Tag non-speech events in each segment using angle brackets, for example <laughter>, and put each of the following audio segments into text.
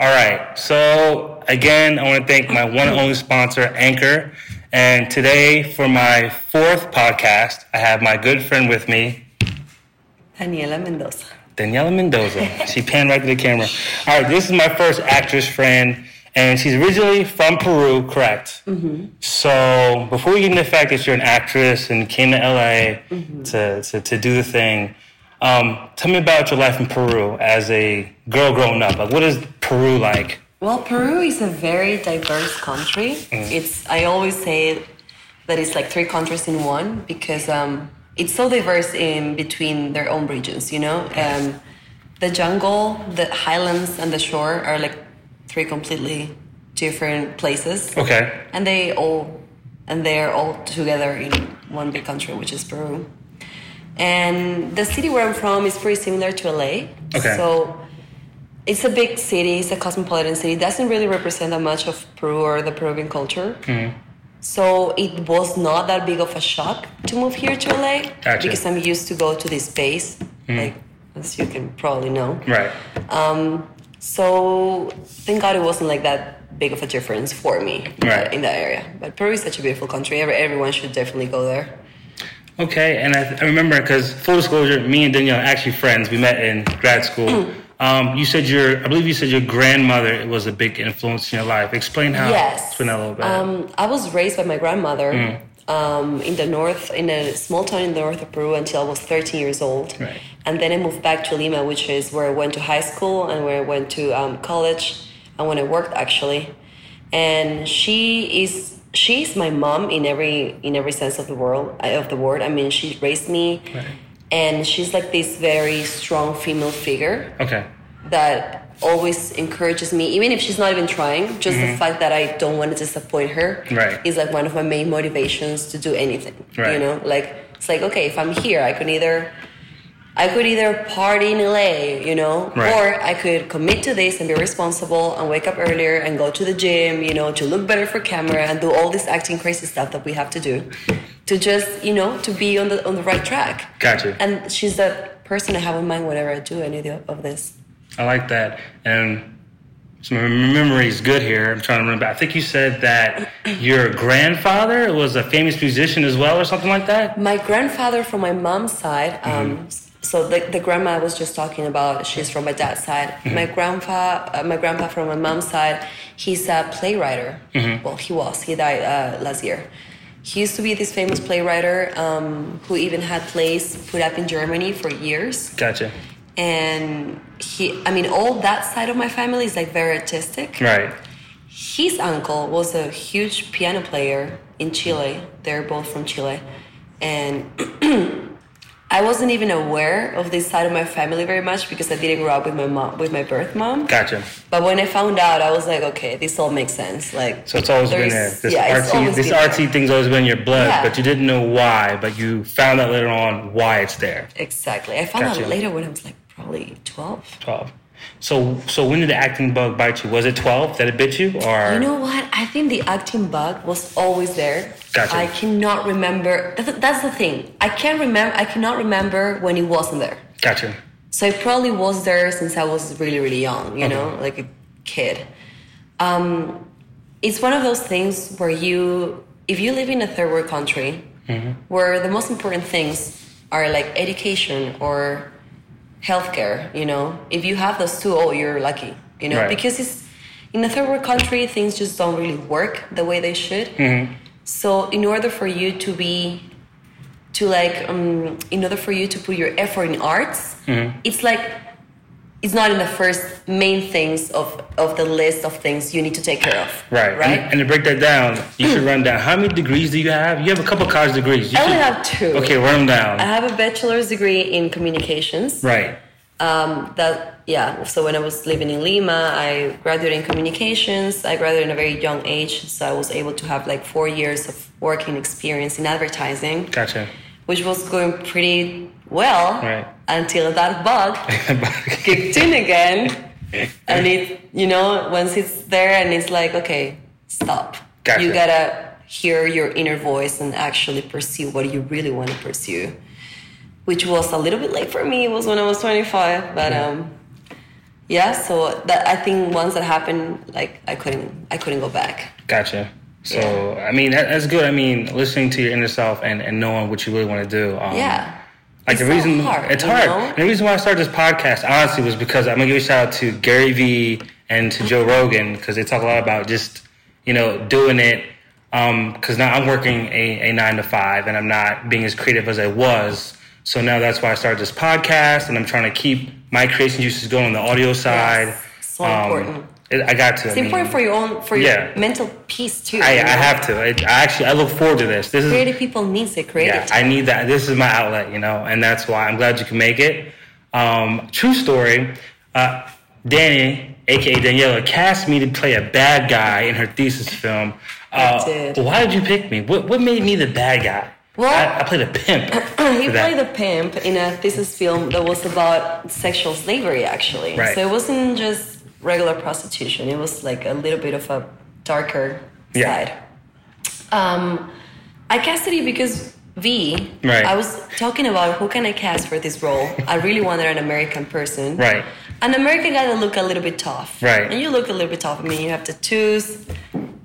All right. So again, I want to thank my one and only sponsor, Anchor. And today, for my fourth podcast, I have my good friend with me, Daniela Mendoza. Daniela Mendoza. She panned right to the camera. All right, this is my first actress friend, and she's originally from Peru, correct? So before we get into the fact that you're an actress and came to LA to, to, to do the thing, um, tell me about your life in Peru as a girl growing up. Like, what is Peru like? Well, Peru is a very diverse country. It's I always say that it's like three countries in one because um, it's so diverse in between their own regions. You know, um, the jungle, the highlands, and the shore are like three completely different places, Okay. and they all and they are all together in one big country, which is Peru. And the city where I'm from is pretty similar to LA. Okay. So it's a big city, it's a cosmopolitan city. It doesn't really represent that much of Peru or the Peruvian culture. Mm-hmm. So it was not that big of a shock to move here to LA Gotcha. Mm-hmm. because I'm used to go to this space, like as you can probably know. Right. So thank God it wasn't like that big of a difference for me Right. in that area. But Peru is such a beautiful country. Every- Everyone should definitely go there. Okay, and I, I remember because full disclosure, me and Danielle are actually friends. We met in grad <clears throat> school. um, you said your, I believe you said your grandmother was a big influence in your life. Explain how. Yes. Explain that a little bit. Um, I was raised by my grandmother um, in the north, in a small town in the north of Peru until I was 13 years old. Right. And then I moved back to Lima, which is where I went to high school and where I went to um, college and when I worked actually. And she is she's my mom in every in every sense of the world uh, of the word. I mean, she raised me, and she's like this very strong female figure okay. that always encourages me, even if she's not even trying. Just the fact that I don't want to disappoint her Mm-hmm. Right. is like one of my main motivations to do anything. Right. You know, like it's like okay, if I'm here, I could either I could either party in LA, you know, Right. or I could commit to this and be responsible and wake up earlier and go to the gym, you know, to look better for camera and do all this acting crazy stuff that we have to do to just, you know, to be on the on the right track. Gotcha. And she's the person I have in mind whenever I do any of this. I like that. And so my memory's good here. I'm trying to remember. I think you said <clears throat> that your grandfather was a famous musician as well, or something like that. My grandfather from my mom's side, um, so the, the grandma I was just talking about, she's from my dad's side. My grandpa, uh, my grandpa from my mom's side, he's a playwright. Well, he was. He died uh, last year. He used to be this famous playwright um, who even had plays put up in Germany for years. Gotcha. And he, I mean, all that side of my family is like very artistic. Right. His uncle was a huge piano player in Chile. They're both from Chile. And <clears throat> I wasn't even aware of this side of my family very much because I didn't grow up with my mom with my birth mom. Gotcha. But when I found out, I was like, okay, this all makes sense. Like So it's always been there. there's- This yeah, it's artsy, always this been there. artsy thing's always been in your blood, Yeah. but you didn't know why. But you found out later on why it's there. Exactly. I found Gotcha. out later when I was like probably twelve. 12. So, so when did the acting bug bite you? Was it 12 that it bit you, or You know what? I think the acting bug was always there. Gotcha. I cannot remember. That's, that's the thing. I can't remember. I cannot remember when it wasn't there. gotcha? So I probably was there since I was really, really young, you know, like a kid. Um, it's one of those things where you, if you live in a third world country, where the most important things are like education or healthcare, you know, if you have those two, oh, you're lucky, you know, Right. because it's in a third world country, things just don't really work the way they should. So in order for you to be to like um, in order for you to put your effort in arts Mm-hmm. it's like it's not in the first main things of of the list of things you need to take care of Right. right And, and to break that down, you should run down. How many degrees do you have? You have a couple college degrees. You i only should- have two Uh, Okay, run them down. i have a bachelor's degree in communications right. um, Mm-hmm. that yeah so when i was living in lima i graduated in communications i graduated in a very young age so i was able to have like four years of working experience in advertising Gotcha. <laughs> which was going pretty well Right. until that bug kicked in <laughs> again. And it, you know, once it's there and it's like, okay, stop. Gotcha. You gotta hear your inner voice and actually pursue what you really want to pursue, which was a little bit late for me. It was when I was 25, but um, yeah so that i think once that happened like i couldn't i couldn't go back Gotcha. So I mean that, that's good. I mean listening to your inner self and, and knowing what you really want to do. Um, yeah Like the It's so reason hard, it's you hard. know? And the reason why I started this podcast honestly was because I'm gonna give a shout out to Gary Vee and to Joe Rogan because they talk a lot about just you know doing it. Because now I'm working a, a nine to five and I'm not being as creative as I was. So now that's why I started this podcast and I'm trying to keep my creation juices going on the audio side. so important. It, Um, I got to. it's important for your own for Yeah. your mental peace too I, you I know? have to. I, I actually I look forward to this. This is creative people needs it creative yeah, I need that. This is my outlet, you know, and that's why I'm glad you can make it. Um, true story. Uh, Danny, aka Daniela, cast me to play a bad guy in her thesis film. Uh, did. Why did you pick me? What what made me the bad guy? Well- I, I played a pimp. <laughs> he for that. played a pimp in a thesis film that was about sexual slavery, actually. Right. So it wasn't just regular prostitution, it was like a little bit of a darker Yeah. side. Um, I casted it because V, Right. I was talking about who can I cast for this role. I really wanted an American person. Right. An American guy that looked a little bit tough. Right. And you look a little bit tough. I mean, you have tattoos.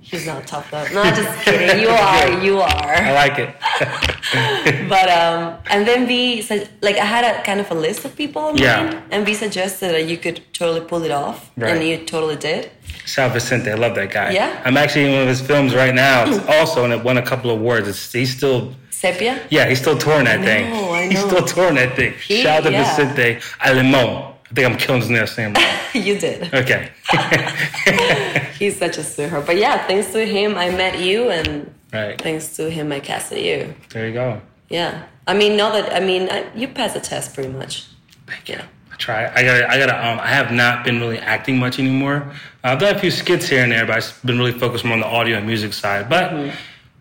He's not tough though. No, just kidding. <laughs> You are. You are I like it. but um, and then we said like I had a kind of a list of people online, Yeah. and we suggested that you could totally pull it off, Right. and you totally did. <laughs> Sal Vicente, I love that guy. Yeah? I'm actually in one of his films right now. <laughs> It's also, and it won a couple of awards. It's, he's still Sepia, <laughs> Yeah, he's still touring that thing. know, I He's know. still touring that thing. Shout out to yeah. Vicente Alemão. I think I'm killing his last <laughs> name. wrong. you <laughs> did. Okay. He's such a sweetheart. But yeah, thanks to him, I met you, and Right. thanks to him, I casted you. There you go. Yeah, I mean, not that I mean, I, you passed the test pretty much. Thank you. I try. I gotta. I gotta. Um, I have not been really acting much anymore. Uh, I've done a few skits here and there, but I've been really focused more on the audio and music side. But Mm-hmm.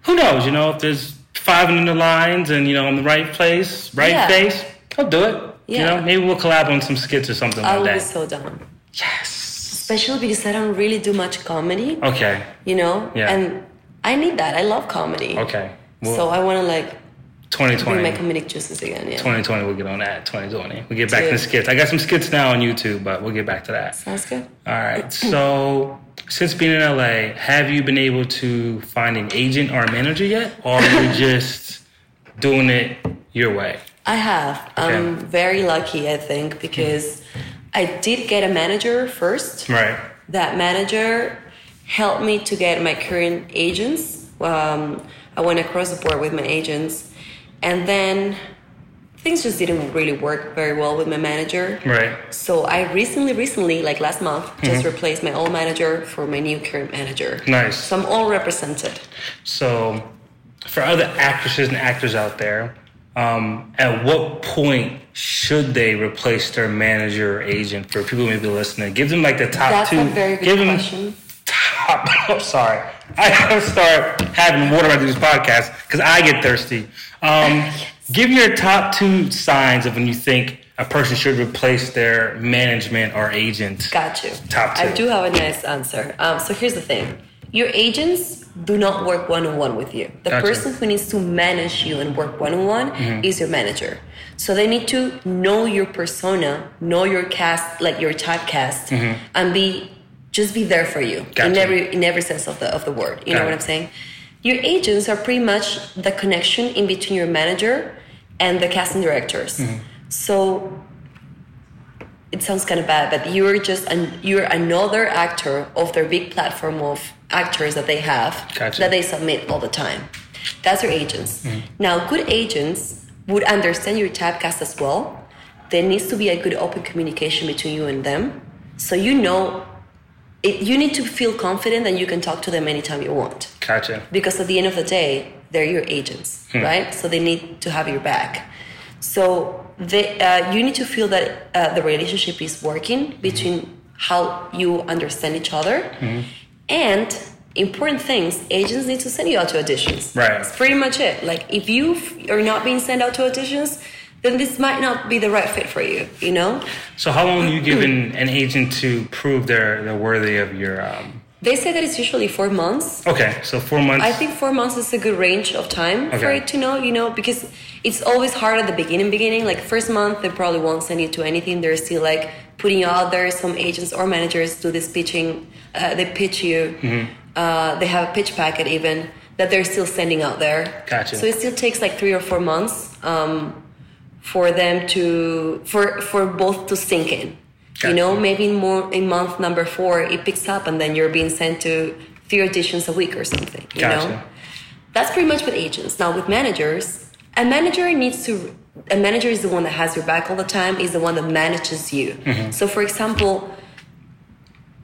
who knows? You know, if there's five in the lines and you know, in the right place, right Yeah. face, I'll do it. You Yeah. know, maybe we'll collab on some skits or something I like will be that. so down, Yes. especially because I don't really do much comedy, Okay. you know, Yeah. and I need that. I love comedy, Okay. Well, so I want to like bring 2020. my comedic juices again. Yeah, 2020, we'll get on that. 2020, we'll get back to the Dude. skits. I got some skits now on YouTube, but we'll get back to that. sounds good. All right. So, since being in LA, have you been able to find an agent or a manager yet, or are <coughs> you just doing it your way? I have. I'm Okay. very lucky, I think, because I did get a manager first. Right. That manager helped me to get my current agents. Um, I went across the board with my agents, and then things just didn't really work very well with my manager. Right. Mm-hmm. So I recently, recently, like last month, just replaced my old manager for my new current manager. Nice. So I'm all represented. So, for other actresses and actors out there, um, at what point should they replace their manager or agent for people who may be listening? Give them like the top That's two. a very good give them question. top. <laughs> I'm sorry. I gotta start having water after this podcast because I get thirsty. <laughs> Um, give your top two signs of when you think a person should replace their management or agent. Got you. Top two. I do have a nice answer. Um, so here's the thing: your agents do not work one on one with you. Gotcha. The Mm-hmm. person who needs to manage you and work one on one is your manager. So they need to know your persona, know your cast, like your typecast, and be just be there for you in Mm-hmm. Gotcha. every in every sense of the of the word. You Got know what it. I'm saying? Your agents are pretty much the connection in between your manager and the casting directors. Mm-hmm. So it sounds kind of bad, but you're just an, you're another actor of their big platform of actors that they have Gotcha. that they submit all the time. That's your agents. Now, good agents would understand your typecast as well. There needs to be a good open communication between you and them, so you know. It, you need to feel confident that you can talk to them anytime you want Gotcha. because at the end of the day they're your agents right so they need to have your back so they, uh, you need to feel that uh, the relationship is working between how you understand each other and important things agents need to send you out to auditions Right. that's pretty much it like if you f- are not being sent out to auditions then this might not be the right fit for you you know So, how long are you <clears throat> giving an agent to prove they're they're worthy of your? Um, they say that it's usually four months okay, so four months. I think four months is a good range of time for Okay. it to know, you know, because it's always hard at the beginning, beginning. Like first month, they probably won't send you to anything. They're still like putting you out there. Some agents or managers do this pitching. Uh, they pitch you. Mm-hmm. Uh, they have a pitch packet even that they're still sending out there. Gotcha. So it still takes like three or four months um, for them to for for both to sink in. You know, Gotcha. maybe in more in month number four it picks up, and then you're being sent to three auditions a week or something. You Gotcha. know. That's pretty much with agents. Now with managers, a manager needs to a manager is the one that has your back all the time, is the one that manages you. Mm-hmm. So for example,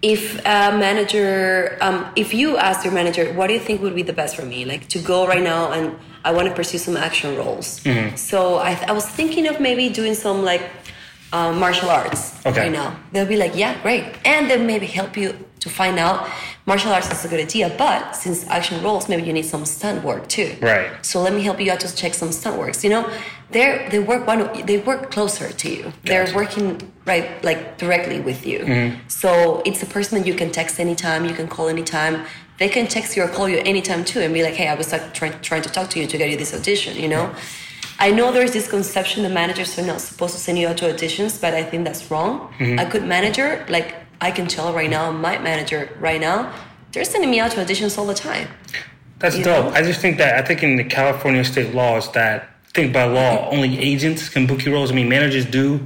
if a manager um, if you ask your manager what do you think would be the best for me like to go right now and i want to pursue some action roles Mm-hmm. so I, I was thinking of maybe doing some like uh, martial arts Okay. right now they'll be like yeah great and they'll maybe help you to find out martial arts is a good idea but since action roles maybe you need some stunt work too Right. so let me help you out to check some stunt works you know they're, they work one they work closer to you they're Gotcha. working working right like directly with you so it's a person that you can text anytime you can call anytime they can text you or call you anytime too and be like hey i was like trying, trying to talk to you to get you this audition you know i know there's this conception that managers are not supposed to send you out to auditions but i think that's wrong a good manager like i can tell right now my manager right now they're sending me out to auditions all the time That's You dope. know? I just think that I think in the California state laws that I think by law only agents can book your roles. I mean managers do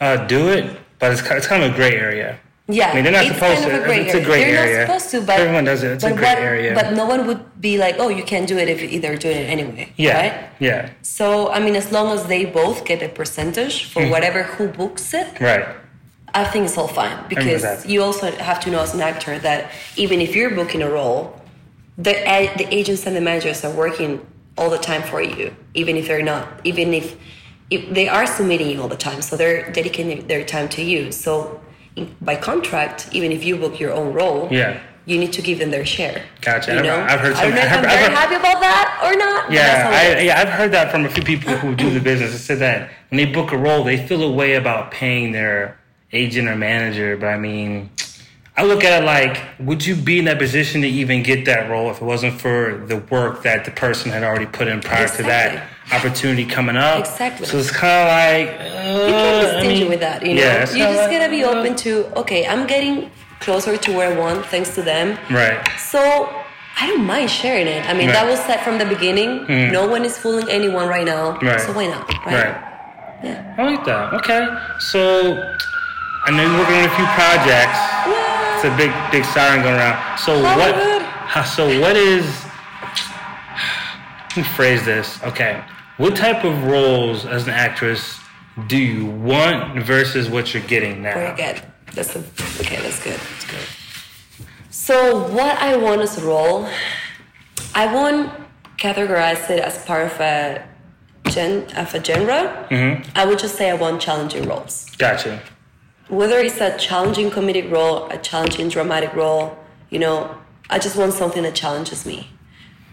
uh, do it, but it's ki- it's kind of a gray area. Yeah, I mean they're not it's supposed kind to. Of a gray it's a gray They're area. not supposed to, but everyone does it. It's but a gray what- area. But no one would be like, "Oh, you can't do it if they're doing it anyway." yeah, Right? yeah, So I mean, as long as they both get a percentage Hmm. for whatever who books it, right. I think it's all fine because that. you also have to know as an actor that even if you're booking a role, the a- the agents and the managers are working all the time for you, even if they're not, even if, if they are submitting you all the time, so they're dedicating their time to you. So in- by contract, even if you book your own role, Yeah. you need to give them their share. Gotcha. You I've- know? I've heard I some- don't know if I've- I'm I've very heard- happy about that or not. but that's Yeah, how it I, is. yeah, I've heard that from a few people who do the business. It said that when they book a role, they feel a way about paying their agent or manager. But I mean, I look at it like, would you be in that position to even get that role if it wasn't for the work that the person had already put in prior to that opportunity coming up? Exactly. So it's kind of like uh, you can't be I stingy mean, with that, you know. yeah, it's you kinda just like, gotta be uh, open to okay, I'm getting closer to where I want thanks to them. Right. So I don't mind sharing it. I mean, Right. Hmm. that was said from the beginning. No one is fooling anyone right now. Right. So why not? Right. Right. Yeah. I like that. Okay. So I know you're working on a few projects. It's a big, big siren going around. So what? Hollywood. how- So what is? Let me phrase this. Okay, what type of roles as an actress do you want versus what you're getting now? Very good. That's the, okay. That's good. That's good. So what I want is a role. I won't categorize it as part of a gen of a genre. Mm-hmm. I would just say I want challenging roles. Gotcha. whether it's a challenging comedic role, a challenging dramatic role, you know, I just want something that challenges me.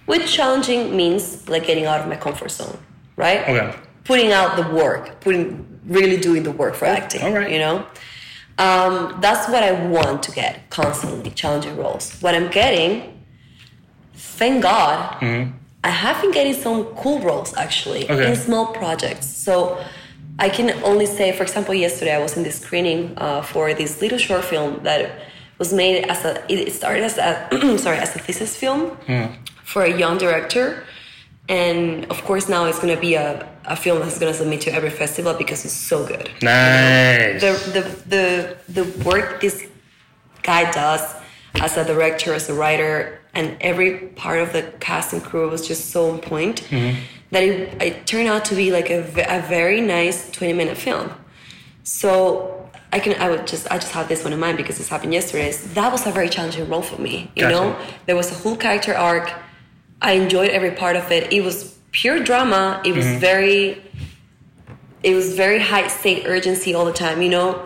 Which challenging means like getting out of my comfort zone, right? Okay. Putting out the work, putting really doing the work for acting. all right. You know, um, that's what I want to get constantly challenging roles. What I'm getting, thank God, I have been getting some cool roles actually Okay. in small projects. So I can only say, for example, yesterday I was in this screening uh, for this little short film that was made as a. It started as a <clears throat> sorry as a thesis film for a young director, and of course now it's going to be a, a film that's going to submit to every festival because it's so good Nice. the the the the work this guy does as a director, as a writer, and every part of the cast and crew was just so on point that it, it turned out to be like a, ve- a very nice twenty minute film. So I can I would just I just have this one in mind because this happened yesterday. So that was a very challenging role for me. You Gotcha. know, there was a whole character arc. I enjoyed every part of it. It was pure drama. It was very it was very high state urgency all the time you know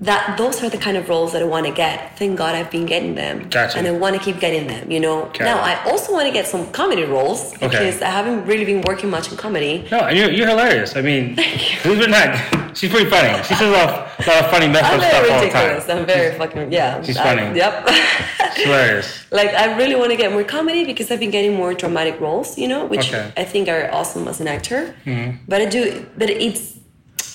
that those are the kind of roles that i want to get thank god i've been getting them Gotcha. and i want to keep getting them you know Okay. now i also want to get some comedy roles because i haven't really been working much in comedy no, and you're, you're hilarious. I mean, believe it or not, she's pretty funny. She says a lot of, lot of funny, messed up i'm very stuff all the ridiculous time. i'm very fucking yeah she's I- funny. yep <laughs> It's hilarious. like I really want to get more comedy because I've been getting more dramatic roles, you know, which Okay. Mm-hmm. I think are awesome as an actor. But I do, but it's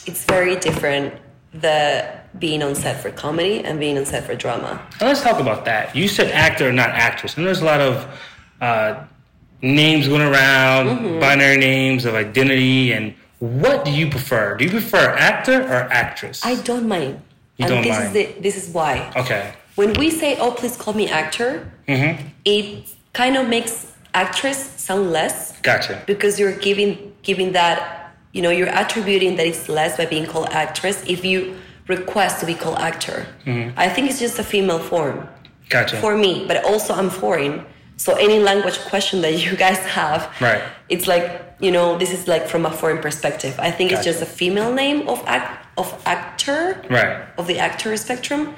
it's very different the being on set for comedy and being on set for drama. Now, let's talk about that. You said actor, not actress, and there's a lot of uh, names going around, Mm-hmm. binary names of identity, and what do you prefer? Do you prefer actor or actress? I don't mind. You and don't this mind. is the, this is why. okay, When we say, "Oh, please call me actor," Mm-hmm. it kind of makes actress sound less gotcha. because you're giving giving that you know you're attributing that it's less by being called actress if you request to be called actor. Mm-hmm. I think it's just a female form Gotcha. for me, but also I'm foreign. So any language question that <laughs> you guys have, Right. It's like you know this is like from a foreign perspective. I think it's Gotcha. just a female name of act of actor, Right. Of the actor spectrum.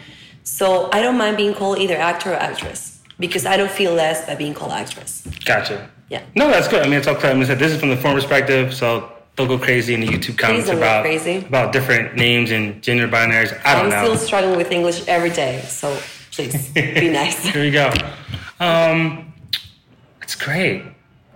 So I don't mind being called either actor or actress because I don't feel less by being called actress. Gotcha. Yeah. No, that's good. I mean, it's all clear. I mean, so this is from the form perspective, so they'll go crazy in the YouTube comments don't go about crazy. about different names and gender binaries. I I'm don't know. still struggling with English every day, so please <laughs> be nice. Here we go. Um, it's great.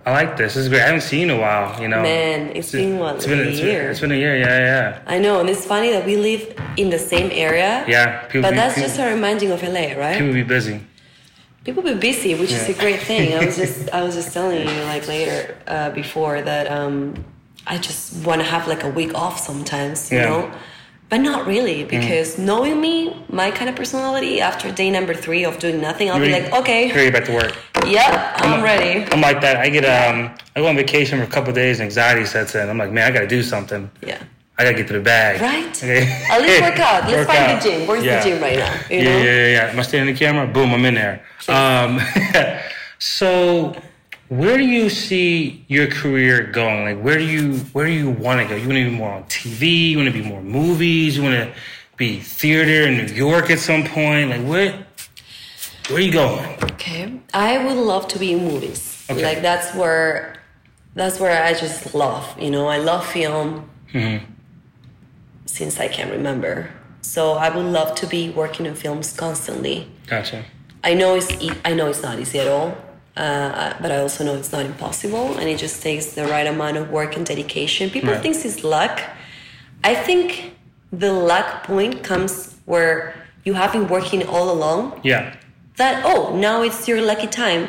I like this. This is great. I haven't seen you in a while. You know, Man, it's been what, like a it's year? it's been a year. Yeah, I know, and it's funny that we live in the same area. yeah, yeah. People, But be, that's people, just a reminding of LA, right? people be busy. people be busy which is a great thing i was <laughs> just i was just telling you like later uh, before that um i just want to have like a week off sometimes you Yeah. Mm. know but not really because knowing me my kind of personality after day number three of doing nothing i'll be like okay Hurry back to work. yep Mm. i'm ready I'm like that. I get um, I go on vacation for a couple of days, and anxiety sets in. I'm like, man, I gotta do something. yeah I gotta get to the bag. right <laughs> Okay. at least work <laughs> out let's Work find out. the gym where's Yeah. the gym right now you yeah, know yeah, yeah, yeah. Am I standing in the camera? Boom, I'm in there. Um, <laughs> so, where do you see your career going? Like, where do you where do you want to go? You want to be more on TV? You want to be more movies? You want to be theater in New York at some point? Like, where where are you going? Okay. I would love to be in movies. Okay. Like that's where that's where I just love, you know, I love film Mm-hmm. since I can remember. So I would love to be working in films constantly. Gotcha. I know it's e- I know it's not easy at all, uh, but I also know it's not impossible, and it just takes the right amount of work and dedication. People Right. think it's luck. I think the luck point comes where you have been working all along, Yeah, that oh now it's your lucky time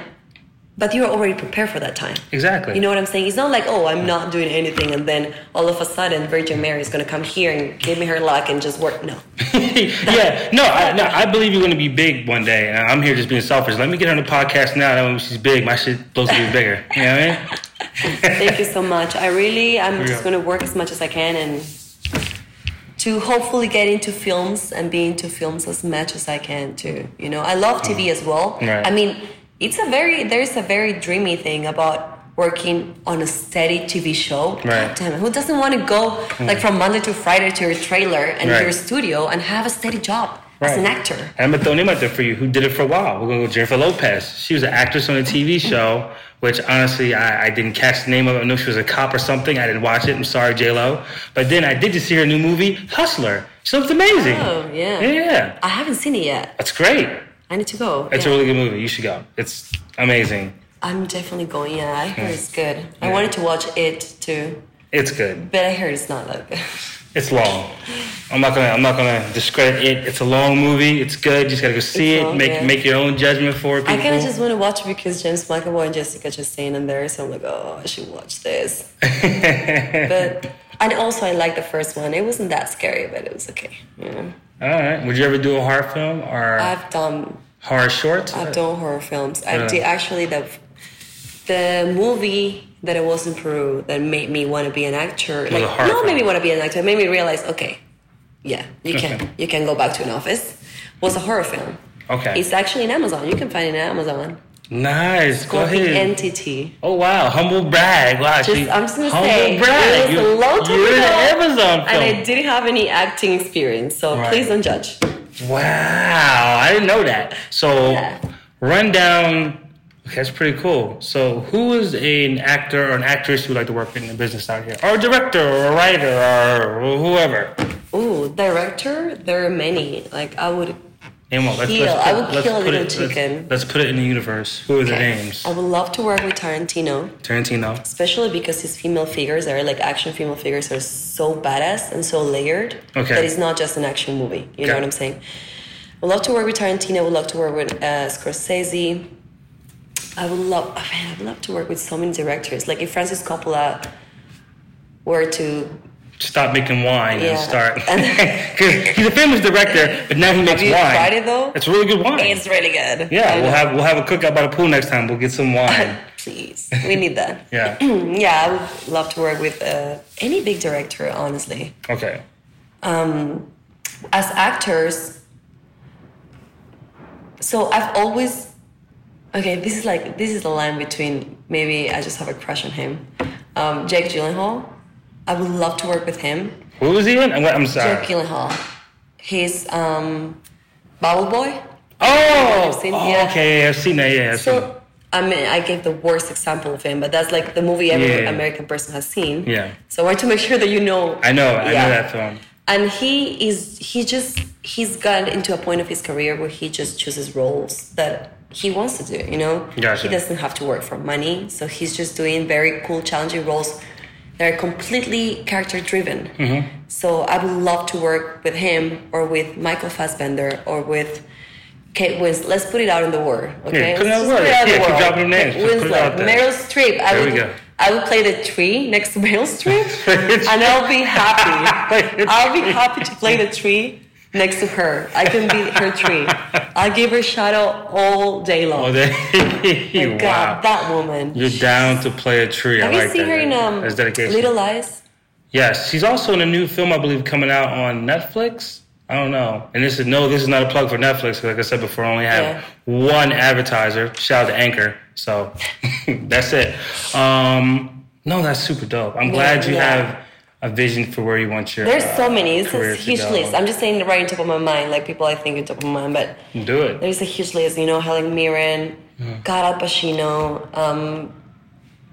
but you're already prepared for that time exactly. you know what i'm saying it's not like oh i'm not doing anything and then all of a sudden virgin mary is going to come here and give me her luck and just work no <laughs> yeah, no, I, no, I believe you're going to be big one day. And I'm here just being selfish. Let me get her on the podcast now. That way when she's big, my shit blows to be bigger. You know what I mean? thank you so much i really i'm just go. going to work as much as i can and to hopefully get into films and be into films as much as i can too you know i love tv as well Right. i mean it's a very there's a very dreamy thing about working on a steady tv show Right. Mm. God damn it who doesn't want to go like from monday to friday to your trailer and Right. your studio and have a steady job as an actor And I'm gonna throw a name out there for you who did it for a while. We're gonna go with Jennifer Lopez. She was an actress on a <laughs> TV show, which honestly I, I didn't catch the name of it. I know she was a cop or something. I didn't watch it. I'm sorry, J Lo. But then I did just see her new movie, Hustler. She looked amazing. oh yeah Yeah. i haven't seen it yet That's great. i need to go It's Yeah. a really good movie. You should go. It's amazing. i'm definitely going yeah i heard it's good i Yeah. wanted to watch it too It's good. But I heard it's not that good. <laughs> It's long. I'm not gonna I'm not gonna discredit it. It's a long movie, it's good, you just gotta go see It's it, long, make yeah. make your own judgment for it. I People. kind of just want to watch it because James McAvoy and Jessica Chastain in there, so I'm like, oh, I should watch this. <laughs> but and also I liked the first one. It wasn't that scary, but it was okay. Yeah. All right. Would you ever do a horror film or I've done horror short? I've done horror films. I Yeah. did actually the the movie that I was in Peru that made me want to be an actor. a Like horror no, made film. me want to be an actor. It made me realize, okay, yeah, you Okay. can you can go back to an office. Was a horror film. Okay. It's actually in Amazon. You can find it in Amazon. nice. Go Called the ahead. entity. oh wow, humble brag. Wow, Just, she, I'm just gonna humble say, brag. it was a long time you're in ago, an Amazon film. and I didn't have any acting experience, so Right. please don't judge. wow, I didn't know that. So, Yeah. run down. Okay, that's pretty cool. So, who is an actor or an actress you would like to work in the business out here, or a director, or a writer, or whoever? Ooh, director, there are many. Like I would Name one. Let's, let's Kill. put, I would let's kill a put little it, chicken. Um, Let's, let's put it in the universe. Who are the names? I would love to work with Tarantino, Tarantino. especially because his female figures are like action female figures are so badass and so layered Okay. that it's not just an action movie. You Okay. know what I'm saying? I would love to work with Tarantino. I would love to work with uh, Scorsese. I would love. I mean, I would love to work with so many directors. Like if Francis Coppola were to Stop making wine and Yeah. <laughs> start. <laughs> Because he's a famous director, but now he makes you wine. tried it, though? It's really good wine. It's really good. yeah, I we'll know. have we'll have a cookout by the pool next time. We'll get some wine. <laughs> Please, we need that. <laughs> Yeah. yeah, I would love to work with uh, any big director, honestly. Okay. um, As actors, so I've always, okay, this is like, this is the line between maybe I just have a crush on him. Um, Jake Gyllenhaal, I would love to work with him. What was he in? I'm, I'm sorry. Jake Gyllenhaal, he's um, Bubble Boy. Oh, I've seen- oh, yeah. okay. Yeah, I've seen that. Yeah, I've seen So, I mean, I gave the worst example of him, but that's like the movie every Yeah. American person has seen. Yeah. So I want to make sure that you know. I know. I Yeah. know that film. <laughs> And he is, he just, he's gotten into a point of his career where he just chooses roles that he wants to do, you know? Gotcha. He doesn't have to work for money. So he's just doing very cool, challenging roles that are completely character driven. Mm-hmm. So I would love to work with him or with Michael Fassbender or with Kate Winslet. Let's put it out in the world, okay? Yeah, put it out in the Let's just world. in Yeah, the keep world. dropping names. Kate Just put it out Winslet, there. Meryl Streep. I There we would, go. I would play the tree next to Meryl <laughs> Streep, and I'll be happy. It's- I'll be happy to play <laughs> the tree next to her. I can be her tree. I'll give her shadow all day long. Oh, My there. wow. God, that woman. You're down to play a tree. Have I you like seen that. her in um, That's dedication. Little Lies? Yes, she's also in a new film I believe coming out on Netflix. I don't know. And this is no, this is not a plug for Netflix. 'cause Like I said before, I only have Yeah. one advertiser. Shout out to Anchor. So <laughs> that's it. Um, no, that's super dope. I'm glad you yeah. have a vision for where you want your. There's uh, so many. It's a career to huge go. list. I'm just saying right on top of my mind, like people I think on top of my mind, but Do it. there's a huge list. You know, Helen Mirren, God Al Pacino. Um,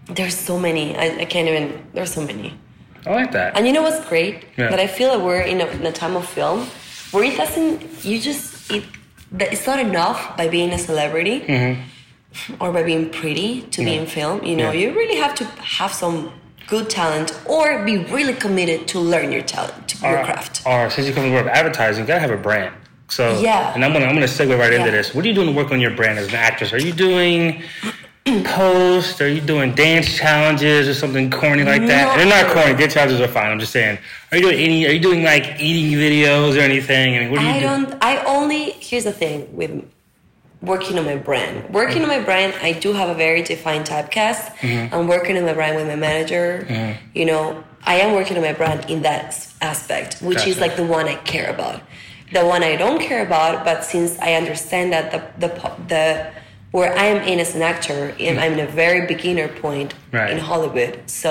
there's so many. I, I can't even. There's so many. I like that. And you know what's great? Yeah. That I feel that we're in a, in a time of film where it doesn't. You just it. That it's not enough by being a celebrity or by being pretty to be in film. You know, Mm-hmm. Yeah. you really have to have some good talent or be really committed to learn your talent, to your Or- craft. Or since you come to work with advertising, you gotta have a brand. So Yeah. and I'm gonna I'm gonna segue right into Yeah. this. What are you doing to work on your brand as an actress? Are you doing <clears throat> posts? Are you doing dance challenges or something corny like that? Not They're not really. corny. Dance challenges are fine. I'm just saying. Are you doing any? Are you doing like eating videos or anything? I mean, what do you I do? don't. I only. Here's the thing with working on my brand. Working Mm-hmm. on my brand, I do have a very defined typecast. I'm working on my brand with my manager. Mm-hmm. You know, I am working on my brand in that s- aspect, which is Gotcha. like the one I care about. The one I don't care about, but since I understand that the the po- the where I am in as an actor, and I'm in a very beginner point Mm-hmm. Right. in Hollywood, so.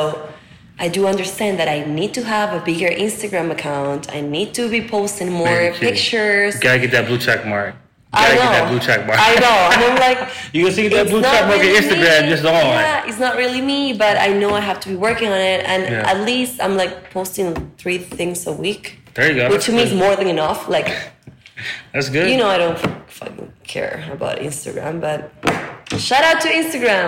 I do understand that I need to have a bigger Instagram account. I need to be posting more Very cute. pictures. You gotta get that blue check mark. You I gotta know. get that blue check mark. I <laughs> know. And I'm like, You can see that it's blue not check mark on really Instagram me. just on. Yeah, it's not really me, but I know I have to be working on it. And Yeah. at least I'm like posting three things a week, There you go. which That's to me is good. more than enough. <laughs> Like, That's good. you know, I don't f- fucking care about Instagram, but shout out to <laughs> Instagram.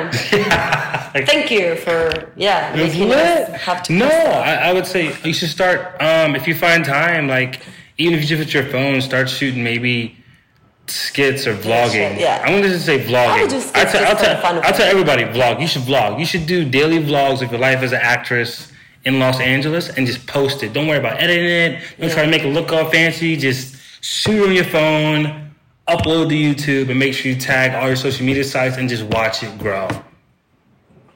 Thank you for, yeah, making us have to no, post stuff. I, I would say you should start. Um, if you find time, like even if you just with your phone, start shooting maybe skits or vlogging. yeah. I'm gonna just say vlogging. I would do skits tell, just I'll, for tell, the fun of I'll it. tell everybody vlog. You should vlog. You should do daily vlogs of your life as an actress in Los Angeles and just post it. Don't worry about editing it. Don't try to make it look all fancy. Just shoot on your phone, upload to YouTube, and make sure you tag all your social media sites and just watch it grow.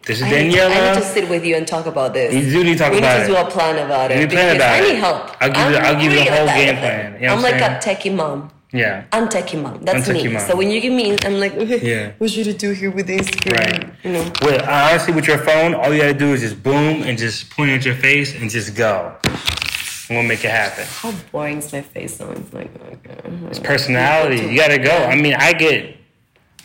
This is I need, to, Daniela. I need to sit with you and talk about this. You do need to talk we about need it. to do a plan about it. You need a plan because about I it. need help. I'll give you- I'm I'll give you the really whole bad game at plan. it. You know I'm what I'm like a techie mom. yeah. I'm techie mom. That's I'm techie me. mom. So when you give me, I'm like, <laughs> Yeah. what should I do here with Instagram? Right. You know. With honestly, with your phone, all you gotta do is just boom and just point at your face and just go. I'm gonna make it happen. How boring is my face? So it's like, oh God. It's Personality, you gotta go. I mean, I get.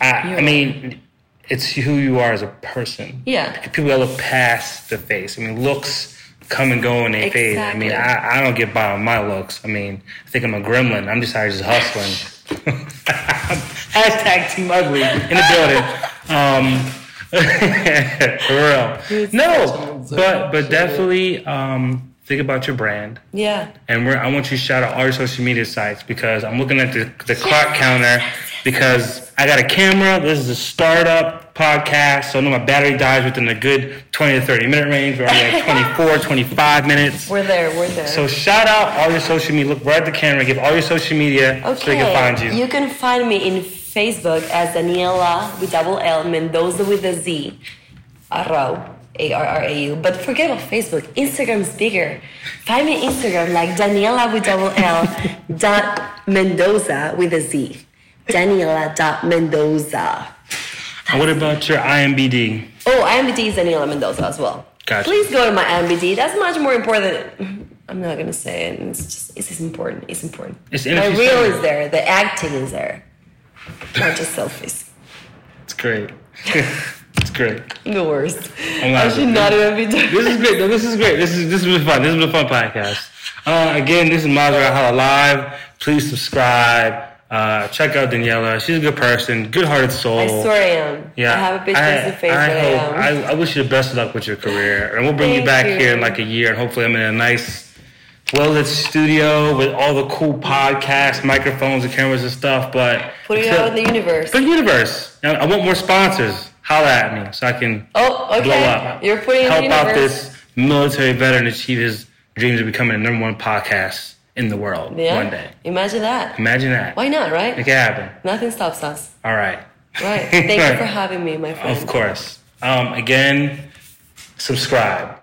I, I You're- mean, it's who you are as a person. Yeah. People gotta look past the face. I mean, looks come and go and they fade. I mean, Exactly. I, I don't get by on my looks. I mean, I think I'm a gremlin. I'm just out here just hustling. <laughs> Hashtag Team Ugly in the building. Um, <laughs> for real. No, but but definitely um, think about your brand. Yeah. And we're, I want you to shout out all your social media sites because I'm looking at the, the clock counter because I got a camera. This is a startup podcast, so I know my battery dies within a good 20 to 30 minute range. We're already at 24, 25 minutes. We're there. We're there. So shout out all your social media. Look right at the camera. Give all your social media so they can find you. You can find me in Facebook as Daniela with double L Mendoza with a Z. Arrau. A R R A U. But forget about Facebook. Instagram's bigger. Find me on Instagram like Daniela with double L <laughs> dot Mendoza with a Z. Daniela dot Mendoza. And what about your IMBD? Oh, IMBD is Daniela Mendoza as well. Gotcha. Please go to my IMBD. That's much more important. than- I'm not gonna say it. It's just it's just important. It's important. It's my energy reel saving. is there. The acting is there. Not just selfies. <laughs> It's great. <laughs> it's great. The worst. not I should even- not even be doing. This is great. No, this is great. This is this has been fun. This has been a fun podcast. Uh, again, this is Mazra Hala Live. Please subscribe. Uh, check out Daniela. She's a good person, good-hearted soul. I swear I am. Yeah, I have a big face to face, I, but I hope, am. I, I wish you the best of luck with your career, and we'll bring you Thank back you. here in like a year, and hopefully, I'm in a nice, well-lit studio with all the cool podcasts, microphones, and cameras and stuff. But Put it out in the universe. But universe, I I want more sponsors. Holla at me so I can Oh, blow okay. up. You're putting it help in the out universe. this military veteran achieve his dreams of becoming the number one podcast in the world yeah. one day. Imagine that. Imagine that. Why not, right? It can happen. Nothing stops us. All right. <laughs> Right. Thank you for having me, my friend. Of course. Um, again, subscribe.